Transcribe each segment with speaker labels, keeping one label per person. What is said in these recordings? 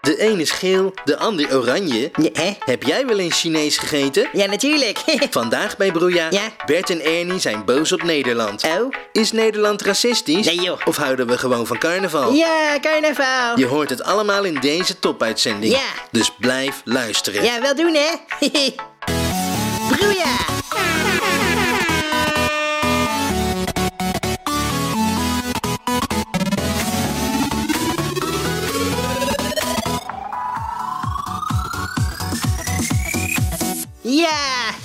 Speaker 1: De een is geel, de ander oranje.
Speaker 2: Ja, hè?
Speaker 1: Heb jij wel eens Chinees gegeten?
Speaker 2: Ja, natuurlijk.
Speaker 1: Vandaag bij Broeja.
Speaker 2: Ja.
Speaker 1: Bert en Ernie zijn boos op Nederland.
Speaker 2: oh?
Speaker 1: Is Nederland racistisch?
Speaker 2: Nee, joh.
Speaker 1: Of houden we gewoon van carnaval?
Speaker 2: Ja, carnaval.
Speaker 1: Je hoort het allemaal in deze topuitzending.
Speaker 2: Ja.
Speaker 1: Dus blijf luisteren.
Speaker 2: Ja, wel doen, hè? Broeia! Ja,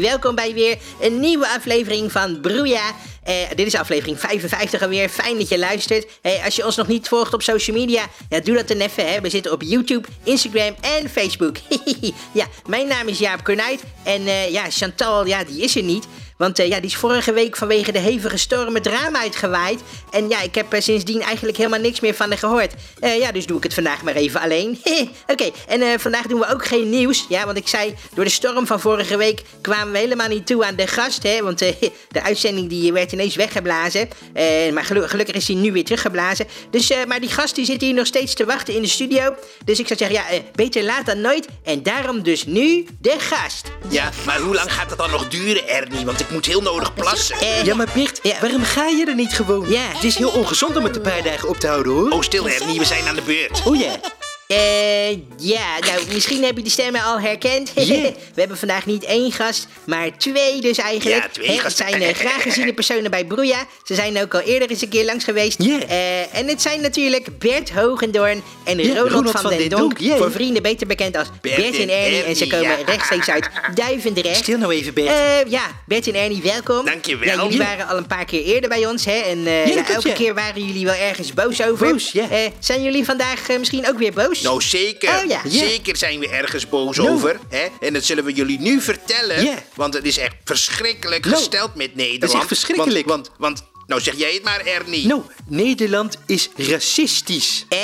Speaker 2: welkom bij weer een nieuwe aflevering van Broeia. Eh, dit is aflevering 55 alweer. Fijn dat je luistert. Eh, als je ons nog niet volgt op social media, ja, doe dat dan even. Hè. We zitten op YouTube, Instagram en Facebook. ja, mijn naam is Jaap Kornuit. En eh, ja, Chantal, ja, die is er niet. Want eh, ja, die is vorige week vanwege de hevige storm het raam uitgewaaid. En ja, ik heb er sindsdien eigenlijk helemaal niks meer van haar gehoord. Eh, ja, dus doe ik het vandaag maar even alleen. Oké, en eh, vandaag doen we ook geen nieuws. Ja, want ik zei, door de storm van vorige week kwamen we helemaal niet toe aan de gast. Hè, want eh, de uitzending die werd ineens weggeblazen. Eh, maar gelu- gelukkig is die nu weer teruggeblazen. Dus, eh, maar die gast die zit hier nog steeds te wachten in de studio. Dus ik zou zeggen, ja, eh, beter laat dan nooit. En daarom dus nu de gast.
Speaker 3: Ja, maar hoe lang gaat dat dan nog duren, Ernie? Want ik moet heel nodig plassen.
Speaker 2: Eh,
Speaker 1: Ja, maar Bert,
Speaker 2: Ja.
Speaker 1: waarom ga je er niet gewoon?
Speaker 2: Ja.
Speaker 1: Het is heel ongezond om het een paar dagen op te houden, hoor.
Speaker 3: Oh, stil, Ernie, we zijn aan de beurt.
Speaker 1: Oh ja.
Speaker 2: Eh, ja, nou, misschien heb je die stemmen al herkend.
Speaker 1: Ja.
Speaker 2: We hebben vandaag niet één gast, maar twee dus eigenlijk.
Speaker 3: Ja, twee
Speaker 2: Hè, Het
Speaker 3: gasten.
Speaker 2: zijn eh, graag geziene personen bij Broeja. Ze zijn ook al eerder eens een keer langs geweest.
Speaker 1: Ja.
Speaker 2: Eh, en het zijn natuurlijk Bert Hogendoorn en Ronald, van, den Donk.
Speaker 1: ja.
Speaker 2: Voor vrienden beter bekend als Bert,
Speaker 3: Bert
Speaker 2: en
Speaker 3: en
Speaker 2: Ernie. En
Speaker 3: Ernie,
Speaker 2: ze komen
Speaker 3: ja.
Speaker 2: rechtstreeks uit Duivendrecht.
Speaker 1: Stil nou even, Bert.
Speaker 2: Eh, ja, Bert en Ernie, welkom.
Speaker 3: Dankjewel.
Speaker 2: Ja, jullie
Speaker 3: Ja.
Speaker 2: waren al een paar keer eerder bij ons, hè? En eh,
Speaker 1: Ja, dat
Speaker 2: ja,
Speaker 1: klopt,
Speaker 2: elke
Speaker 1: ja.
Speaker 2: keer waren jullie wel ergens boos over.
Speaker 1: Boos, ja.
Speaker 2: Eh, zijn jullie vandaag eh, misschien ook weer boos?
Speaker 3: Nou, zeker.
Speaker 2: Oh, ja.
Speaker 1: Ja.
Speaker 3: Zeker zijn we ergens boos
Speaker 1: Nou.
Speaker 3: over. Hè? En dat zullen we jullie nu vertellen.
Speaker 1: Ja.
Speaker 3: Want het is echt verschrikkelijk
Speaker 1: Nou,
Speaker 3: gesteld met Nederland.
Speaker 1: het is echt verschrikkelijk.
Speaker 3: Want, want, want- nou zeg jij het maar, Ernie.
Speaker 1: Nou, Nederland is racistisch.
Speaker 2: Eh,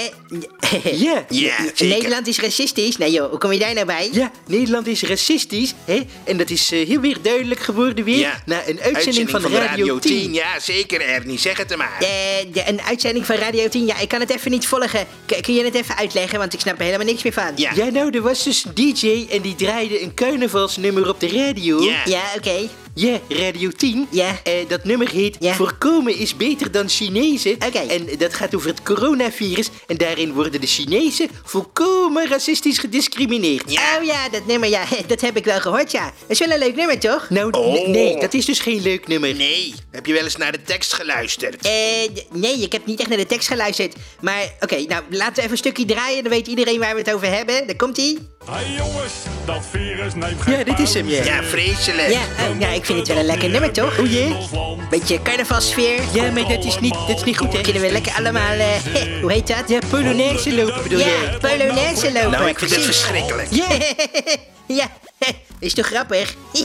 Speaker 1: Ja.
Speaker 3: Ja, zeker.
Speaker 2: Nederland is racistisch. Nee joh, hoe kom je daar nou bij?
Speaker 1: Ja, Nederland is racistisch, hè? En dat is eh, heel weer duidelijk geworden weer
Speaker 3: Ja.
Speaker 1: na een uitzending, van,
Speaker 3: de
Speaker 1: Radio, 10.
Speaker 3: Ja, zeker, Ernie. Zeg het er maar.
Speaker 2: Eh, de- een uitzending van Radio 10. Ja, ik kan het even niet volgen. K- kun je het even uitleggen? Want ik snap er helemaal niks meer van.
Speaker 3: Ja.
Speaker 1: Ja, nou, er was dus een DJ en die draaide een carnavalsnummer op de radio.
Speaker 3: Ja.
Speaker 2: Ja, oké.
Speaker 1: Ja, Radio 10.
Speaker 2: Ja.
Speaker 1: Eh, dat nummer heet
Speaker 2: Ja.
Speaker 1: Voorkomen is beter dan Chinezen.
Speaker 2: Oké.
Speaker 1: En dat gaat over het coronavirus. En daarin worden de Chinezen volkomen racistisch gediscrimineerd.
Speaker 3: Ja.
Speaker 2: Oh ja, dat nummer, ja, dat heb ik wel gehoord, ja. Dat is wel een leuk nummer, toch?
Speaker 1: Nou, n-
Speaker 3: Oh.
Speaker 1: nee, dat is dus geen leuk nummer.
Speaker 3: Nee, heb je wel eens naar de tekst geluisterd?
Speaker 2: Eh, d- nee, ik heb niet echt naar de tekst geluisterd. Maar oké, nou, laten we even een stukje draaien. Dan weet iedereen waar we het over hebben. Daar komt ie.
Speaker 4: Hey jongens, dat virus neemt geen
Speaker 1: Ja, dit is hem, ja.
Speaker 3: Ja, vreselijk.
Speaker 2: Ja, oh, nou, ik vind het wel een lekker nummer, toch?
Speaker 1: O, jee.
Speaker 2: Beetje carnavalsfeer.
Speaker 1: Ja, maar dat is niet, dat is niet goed, hè?
Speaker 2: Kunnen we lekker allemaal, eh, hoe heet dat?
Speaker 1: Ja, Polonaise lopen bedoel jij?
Speaker 2: Ja, Polonaise lopen.
Speaker 3: Nou, ik vind het
Speaker 2: precies.
Speaker 3: verschrikkelijk.
Speaker 2: ja, is toch grappig?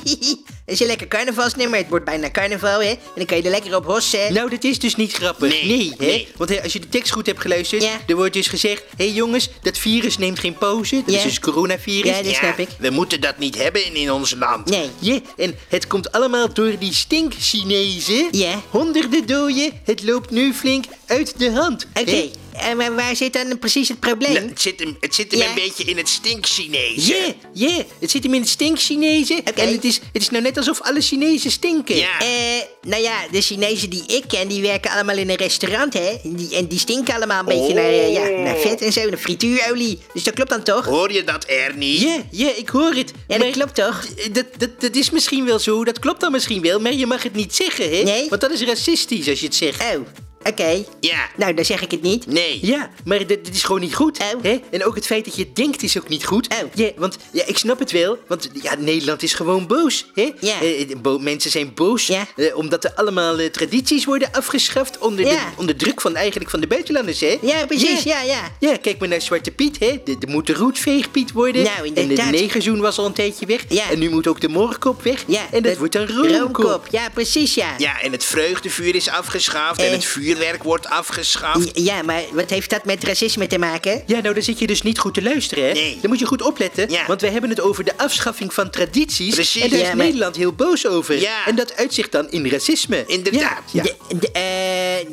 Speaker 2: is een lekker carnavalsnummer. Het wordt bijna carnaval, hè? En dan kan je er lekker op hossen.
Speaker 1: Nou, dat is dus niet grappig.
Speaker 3: Nee,
Speaker 1: hè?
Speaker 3: nee.
Speaker 1: Want hè, als je de tekst goed hebt geluisterd,
Speaker 2: Ja.
Speaker 1: er wordt dus gezegd... Hé hey, jongens, dat virus neemt geen pauze. Dat
Speaker 2: Ja.
Speaker 1: is dus coronavirus.
Speaker 2: Ja, dat nou- snap ik.
Speaker 3: We moeten dat niet hebben in, in ons land.
Speaker 2: Nee.
Speaker 1: Ja, en het komt allemaal door die stink-Chinezen.
Speaker 2: Ja.
Speaker 1: Honderden doden, het loopt nu flink uit de hand.
Speaker 2: Oké,
Speaker 1: hè?
Speaker 2: en waar- waar zit dan precies het probleem?
Speaker 3: Nou, het zit hem, het zit hem
Speaker 2: Ja.
Speaker 3: een beetje in het stinkchinees.
Speaker 1: Ja, ja, het zit hem in het stink-Chinezen.
Speaker 2: Oké.
Speaker 1: En het is, het is nou net alsof alle Chinezen stinken.
Speaker 3: Ja.
Speaker 2: Eh, nou ja, de Chinezen die ik ken, die werken allemaal in een restaurant, hè? En die, en die stinken allemaal een beetje naar, eh, ja, naar
Speaker 3: Oh.
Speaker 2: vet en zo, naar frituurolie. Dus dat klopt dan toch?
Speaker 3: Hoor je dat, Ernie?
Speaker 1: Ja, ja, ik hoor het.
Speaker 2: Ja, dat
Speaker 1: Maar
Speaker 2: klopt toch?
Speaker 1: d- Dat, dat, dat is misschien wel zo, dat klopt dan misschien wel, maar je mag het niet zeggen, hè?
Speaker 2: Nee.
Speaker 1: Want dat is racistisch als je het zegt.
Speaker 2: Oh, oké.
Speaker 3: Ja.
Speaker 2: Nou, dan zeg ik het niet.
Speaker 3: Nee.
Speaker 1: Ja, maar dit, dit is gewoon niet goed.
Speaker 2: Oh.
Speaker 1: Hè? En ook het feit dat je het denkt is ook niet goed.
Speaker 2: Oh.
Speaker 1: Ja, want ja, ik snap het wel. Want ja, Nederland is gewoon boos. Hè?
Speaker 2: Ja.
Speaker 1: Eh, bo- mensen zijn boos
Speaker 2: Ja.
Speaker 1: eh, omdat er allemaal eh, tradities worden afgeschaft onder, de,
Speaker 2: Ja.
Speaker 1: onder druk van eigenlijk van de buitenlanders. Hè?
Speaker 2: Ja, precies, ja, ja.
Speaker 1: Ja, kijk maar naar Zwarte Piet, hè. De, de moet de roetveegpiet worden.
Speaker 2: Nou, inderdaad.
Speaker 1: En de negerzoen was al een tijdje weg.
Speaker 2: Ja.
Speaker 1: En nu moet ook de morkop weg.
Speaker 2: ja
Speaker 1: en dat, wordt dan roomkop.
Speaker 2: Ja, precies, ja.
Speaker 3: Ja, en het vreugdevuur is afgeschaafd
Speaker 2: Eh.
Speaker 3: en het vuurwerk wordt afgeschaft.
Speaker 2: J- Ja, maar wat heeft dat met racisme te maken?
Speaker 1: Ja, nou, dan zit je dus niet goed te luisteren, hè?
Speaker 3: Nee.
Speaker 1: Dan moet je goed opletten,
Speaker 3: Ja.
Speaker 1: want we hebben het over de afschaffing van tradities.
Speaker 3: Precies.
Speaker 1: En daar
Speaker 2: Ja,
Speaker 1: is
Speaker 2: maar-
Speaker 1: Nederland heel boos over.
Speaker 3: Ja.
Speaker 1: En dat uitzicht dan in racisme.
Speaker 3: Inderdaad.
Speaker 1: Ja, ja.
Speaker 2: D- d- eh,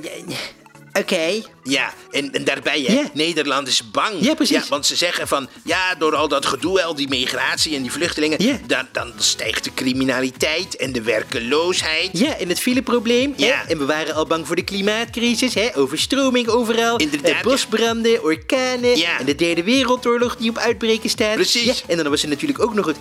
Speaker 2: d- Oké.
Speaker 3: Ja, en, en daarbij, hè,
Speaker 1: Ja.
Speaker 3: Nederland is bang.
Speaker 1: Ja, precies.
Speaker 3: want ze zeggen van, ja, door al dat gedoe, al die migratie en die vluchtelingen...
Speaker 1: Ja.
Speaker 3: Dan, dan stijgt de criminaliteit en de werkeloosheid.
Speaker 1: Ja, en het fileprobleem. hè?
Speaker 3: Ja.
Speaker 1: En we waren al bang voor de klimaatcrisis, hè? overstroming overal.
Speaker 3: Inderdaad,
Speaker 1: eh, bosbranden, orkanen.
Speaker 3: Ja.
Speaker 1: En de derde wereldoorlog die op uitbreken staat.
Speaker 3: Precies.
Speaker 1: Ja, en dan was er natuurlijk ook nog het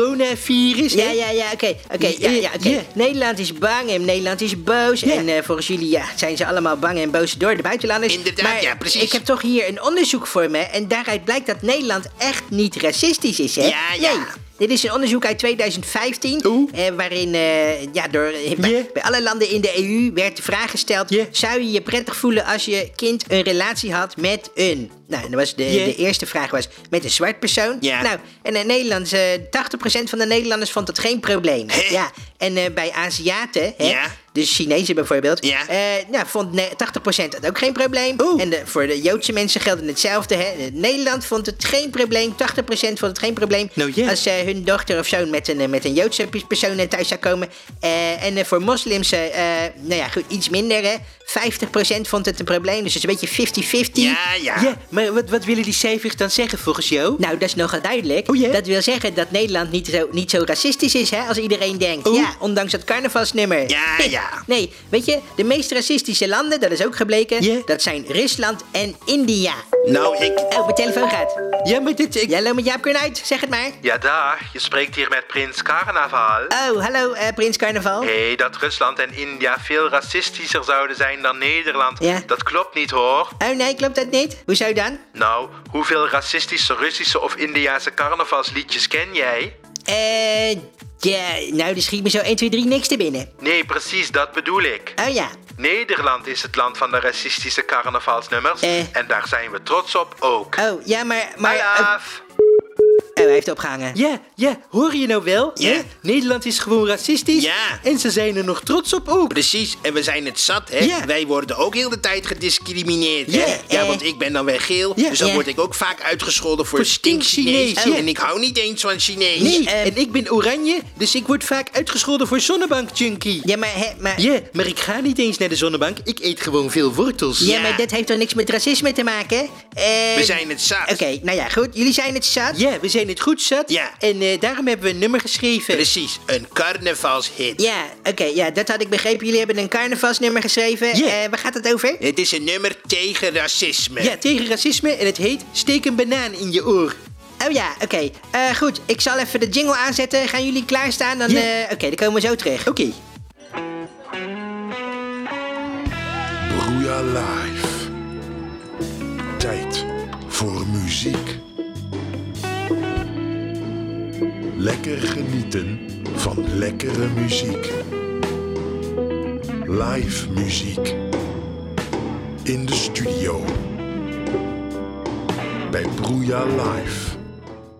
Speaker 1: coronavirus.
Speaker 2: Ja,
Speaker 1: hè?
Speaker 2: ja, ja, oké. oké, ja,
Speaker 1: eh,
Speaker 2: ja, oké.
Speaker 1: ja.
Speaker 2: Nederland is bang en Nederland is boos. En eh, volgens jullie ja, zijn ze allemaal bang en boos door de buitenlanders.
Speaker 3: Inderdaad,
Speaker 2: maar
Speaker 3: ja, precies.
Speaker 2: Ik heb toch hier een onderzoek voor me. En daaruit blijkt dat Nederland echt niet racistisch is, hè?
Speaker 3: Ja, ja.
Speaker 2: Nee. Dit is een onderzoek uit 2015,
Speaker 1: Oeh.
Speaker 2: eh, waarin eh, ja, door, eh, bij,
Speaker 1: Ja.
Speaker 2: bij alle landen in de EU werd de vraag gesteld...
Speaker 1: Ja.
Speaker 2: zou je je prettig voelen als je kind een relatie had met een... Nou, en dan was de,
Speaker 1: Ja.
Speaker 2: de eerste vraag was met een zwart persoon.
Speaker 3: Ja.
Speaker 2: Nou, en in Nederland, eh, 80% van de Nederlanders vond dat geen probleem.
Speaker 3: Hè?
Speaker 2: Ja. En eh, bij Aziaten, hè,
Speaker 3: Ja.
Speaker 2: de Chinezen bijvoorbeeld,
Speaker 3: Ja.
Speaker 2: eh, nou, vond ne- 80% dat ook geen probleem.
Speaker 1: Oeh.
Speaker 2: En de- voor de Joodse mensen geldt hetzelfde. Hè. Eh, Nederland vond het geen probleem, 80% vond het geen probleem.
Speaker 1: Nou, ja.
Speaker 2: Als eh, hun dochter of zoon met een, eh, met een Joodse pe- persoon eh, thuis zou komen. Eh, en eh, voor moslims, eh, eh, nou ja, goed, iets minder. Hè. 50% vond het een probleem, dus het is een beetje 50-50.
Speaker 3: Ja, ja.
Speaker 1: Ja, maar wat, wat willen die cijfers dan zeggen volgens jou?
Speaker 2: Nou, dat is nogal duidelijk.
Speaker 1: Oh, ja?
Speaker 2: Dat wil zeggen dat Nederland niet zo, niet zo racistisch is, hè, als iedereen denkt.
Speaker 1: Oh.
Speaker 2: Ja, ondanks dat carnavalsnummer.
Speaker 3: Ja, ja.
Speaker 2: nee, weet je, de meest racistische landen, dat is ook gebleken,
Speaker 1: Ja.
Speaker 2: dat zijn Rusland en India.
Speaker 3: Nou, ik...
Speaker 2: Oh, mijn telefoon gaat.
Speaker 1: Ja, maar dit... Ik...
Speaker 2: Ja, hallo met Jaap Kern uit, zeg het maar.
Speaker 5: Ja, daar. Je spreekt hier met prins Carnaval.
Speaker 2: Oh, hallo, eh, Prins Carnaval.
Speaker 5: Hé, dat Rusland en India veel racistischer zouden zijn dan Nederland.
Speaker 2: Ja.
Speaker 5: Dat klopt niet hoor.
Speaker 2: Oh nee, klopt dat niet? Hoezo dan?
Speaker 5: Nou, hoeveel racistische Russische of Indiase carnavalsliedjes ken jij?
Speaker 2: Eh, ja, nou, er schiet me zo 1, 2, 3 niks te binnen.
Speaker 5: Nee, precies, dat bedoel ik.
Speaker 2: Oh ja,
Speaker 5: Nederland is het land van de racistische carnavalsnummers.
Speaker 2: Eh.
Speaker 5: En daar zijn we trots op ook.
Speaker 2: oh, ja, maar... maar oh,
Speaker 5: Alaaf.
Speaker 2: oh, hij heeft opgehangen.
Speaker 1: Ja, ja, hoor je nou wel?
Speaker 3: Ja.
Speaker 1: Hè? Nederland is gewoon racistisch.
Speaker 3: Ja.
Speaker 1: En ze zijn er nog trots op ook.
Speaker 3: Precies, en we zijn het zat, hè?
Speaker 1: Ja.
Speaker 3: Wij worden ook heel de tijd gediscrimineerd,
Speaker 1: Ja,
Speaker 3: hè? Ja,
Speaker 2: eh.
Speaker 3: want ik ben dan weer geel,
Speaker 1: Ja,
Speaker 3: dus dan
Speaker 2: ja.
Speaker 3: word ik ook vaak uitgescholden voor,
Speaker 1: Voor
Speaker 3: stinkchinees.
Speaker 1: stinkchinees, ja.
Speaker 3: En ik hou niet eens van Chinees.
Speaker 1: Nee,
Speaker 2: eh,
Speaker 1: en ik ben oranje, dus ik word vaak uitgescholden voor zonnebank-junkie.
Speaker 2: Ja, maar... Hè, maar
Speaker 1: Ja, maar ik ga niet eens naar de zonnebank. Ik eet gewoon veel wortels.
Speaker 2: Ja,
Speaker 3: Ja.
Speaker 2: maar dat heeft toch niks met racisme te maken? Eh,
Speaker 3: We zijn het zat.
Speaker 2: Oké, nou ja, goed. Jullie zijn het zat.
Speaker 1: Ja, we zijn het goed zat.
Speaker 3: Ja.
Speaker 1: En eh, daarom hebben we een nummer geschreven.
Speaker 3: Precies, een carnavalshit.
Speaker 2: Ja, oké, ja, dat had ik begrepen. Jullie hebben een carnavalsnummer geschreven.
Speaker 1: Ja.
Speaker 2: Eh, waar gaat het over?
Speaker 3: Het is een nummer tegen racisme.
Speaker 1: Ja, tegen racisme. En het heet Steek een banaan in je oor.
Speaker 2: Oh ja, oké. Eh, goed, ik zal even de jingle aanzetten. Gaan jullie klaarstaan? Dan,
Speaker 1: Ja.
Speaker 2: eh, oké, dan komen we zo terug.
Speaker 1: Oké.
Speaker 6: Bruja Live. Tijd voor muziek. Lekker genieten van lekkere muziek. Live muziek. In de studio. Bij Bruja Live.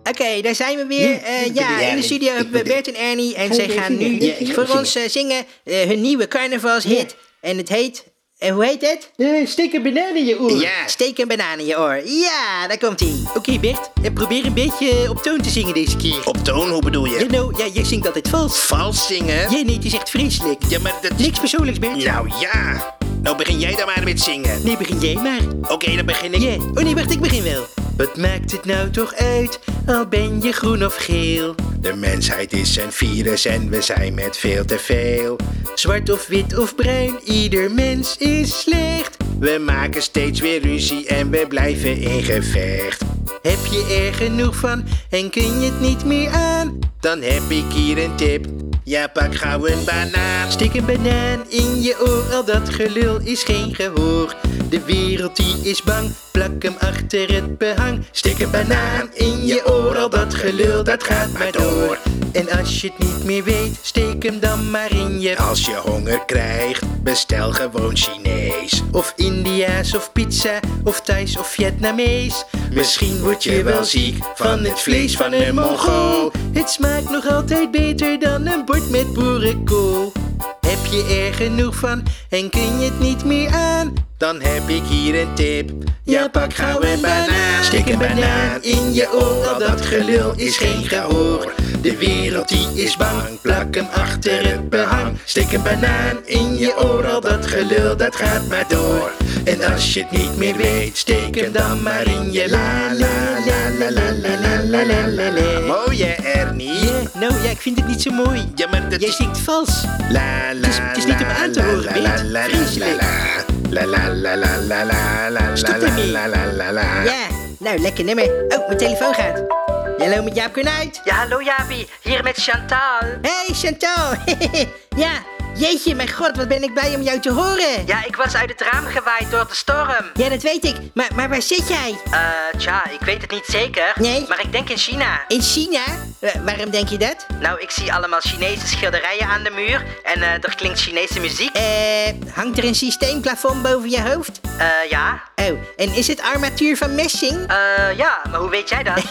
Speaker 2: Oké, daar zijn we weer. Eh, ja, in de studio hebben we Bert en Ernie. En zij gaan nu
Speaker 1: Ja, ik
Speaker 2: voor
Speaker 1: zingen.
Speaker 2: ons eh, zingen eh, hun nieuwe carnavalshit. En het heet... en hoe heet het?
Speaker 1: Eh, steek een banaan in je oor.
Speaker 3: Ja.
Speaker 2: Steek een banaan in je oor. Ja, daar komt ie.
Speaker 1: Oké, Bert. En probeer een beetje op toon te zingen deze keer.
Speaker 3: Op toon, hoe bedoel
Speaker 1: Ja,
Speaker 3: je?
Speaker 1: nou, ja, jij zingt altijd vals.
Speaker 3: Vals zingen?
Speaker 1: Jij nee, het is echt vreselijk.
Speaker 3: Ja, maar dat is...
Speaker 1: Niks persoonlijks, Bert.
Speaker 3: Nou ja. Nou begin jij dan maar met zingen.
Speaker 1: Nee, begin jij maar.
Speaker 3: Oké, dan begin ik.
Speaker 1: Ja. Oh nee, wacht, ik begin wel. Wat maakt het nou toch uit, al ben je groen of geel?
Speaker 3: De mensheid is een virus en we zijn met veel te veel.
Speaker 1: Zwart of wit of bruin, ieder mens is slecht.
Speaker 3: We maken steeds weer ruzie en we blijven in gevecht.
Speaker 1: Heb je er genoeg van en kun je het niet meer aan?
Speaker 3: Dan heb ik hier een tip. Ja, pak gauw een banaan.
Speaker 1: Stik een banaan in je oor, al dat gelul is geen gehoor. De wereld die is bang, plak hem achter het behang. Stik een banaan in je oor, al dat gelul dat gaat maar door. En als je het niet meer weet, steek hem dan maar in je
Speaker 3: Als je honger krijgt, bestel gewoon Chinees.
Speaker 1: Of India's of pizza, of Thais of Vietnamees. Misschien word je wel ziek van het vlees van een Mongool. Het smaakt nog altijd beter dan een bord met boerenkool. Heb je er genoeg van en kun je het niet meer aan?
Speaker 3: Dan heb ik hier een tip. Ja, pak gauw een banaan.
Speaker 1: Stik een banaan in je oor, al dat gelul is geen gehoor.
Speaker 3: De wereld die is bang, plak hem achter het behang. Steek een banaan in je oor, al dat gelul dat gaat maar door. En als je het niet meer weet, steek hem dan maar in je la la la la la la la la la la la.
Speaker 1: Mooie Ernie.
Speaker 2: Nou ja, ik vind het niet zo mooi.
Speaker 1: Ja, maar dat
Speaker 2: Jij
Speaker 1: is...
Speaker 2: zingt vals.
Speaker 1: La, la,
Speaker 2: is- Dus het is niet om aan te horen, Bert. Vreselijk.
Speaker 1: La la la la la la la
Speaker 2: Stop ermee. Ja, nou lekker nummer. Oh, mijn telefoon gaat. Hallo met Jaap Kornuit.
Speaker 7: Ja, hallo Jaapie, hier met Chantal.
Speaker 2: Hey Chantal. ja, jeetje, mijn god, wat ben ik blij om jou te horen.
Speaker 7: Ja, ik was uit het raam gewaaid door de storm.
Speaker 2: Ja, dat weet ik. Maar, maar waar zit jij?
Speaker 7: Eh, tja, ik weet het niet zeker.
Speaker 2: Nee.
Speaker 7: Maar ik denk in China.
Speaker 2: In China? Wa- waarom denk je dat?
Speaker 7: Nou, ik zie allemaal Chinese schilderijen aan de muur en eh, er klinkt Chinese muziek.
Speaker 2: Eh, hangt er een systeemplafond boven je hoofd?
Speaker 7: Eh, ja.
Speaker 2: Oh, en is het armatuur van messing?
Speaker 7: Eh, ja, maar hoe weet jij dat?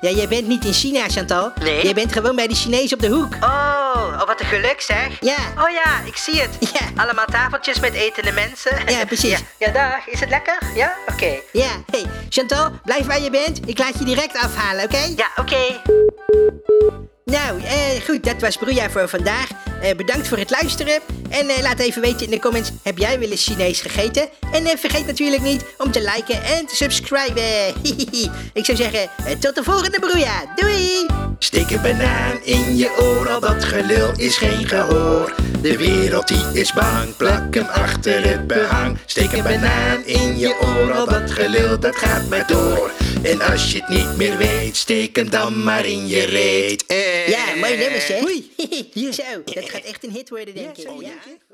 Speaker 2: ja, jij bent niet in China, Chantal.
Speaker 7: Nee.
Speaker 2: Jij bent gewoon bij de Chinees op de hoek.
Speaker 7: Oh, oh, wat een geluk zeg.
Speaker 2: Ja.
Speaker 7: Oh ja, ik zie het.
Speaker 2: Ja.
Speaker 7: Allemaal tafeltjes met etende mensen.
Speaker 2: Ja, precies.
Speaker 7: Ja, ja dag. Is het lekker? Ja? Oké.
Speaker 2: Ja, hey, Chantal, blijf waar je bent. Ik laat je direct afhalen, oké?
Speaker 7: Ja, oké.
Speaker 2: Nou, eh, goed, dat was Broeja voor vandaag. Eh, bedankt voor het luisteren. En eh, laat even weten in de comments, heb jij wel eens Chinees gegeten? En eh, vergeet natuurlijk niet om te liken en te subscriben. Ik zou zeggen, eh, tot de volgende Broeja. Doei!
Speaker 3: Steek een banaan in je oor, al dat gelul is geen gehoor. De wereld die is bang, plak hem achter het behang. Steek een banaan in je oor, al dat gelul dat gaat maar door. En als je het niet meer weet, steek hem dan maar in je reet.
Speaker 2: Ja, mooi nummers, hè? Zo, dat gaat echt een hit worden, denk ik. ja.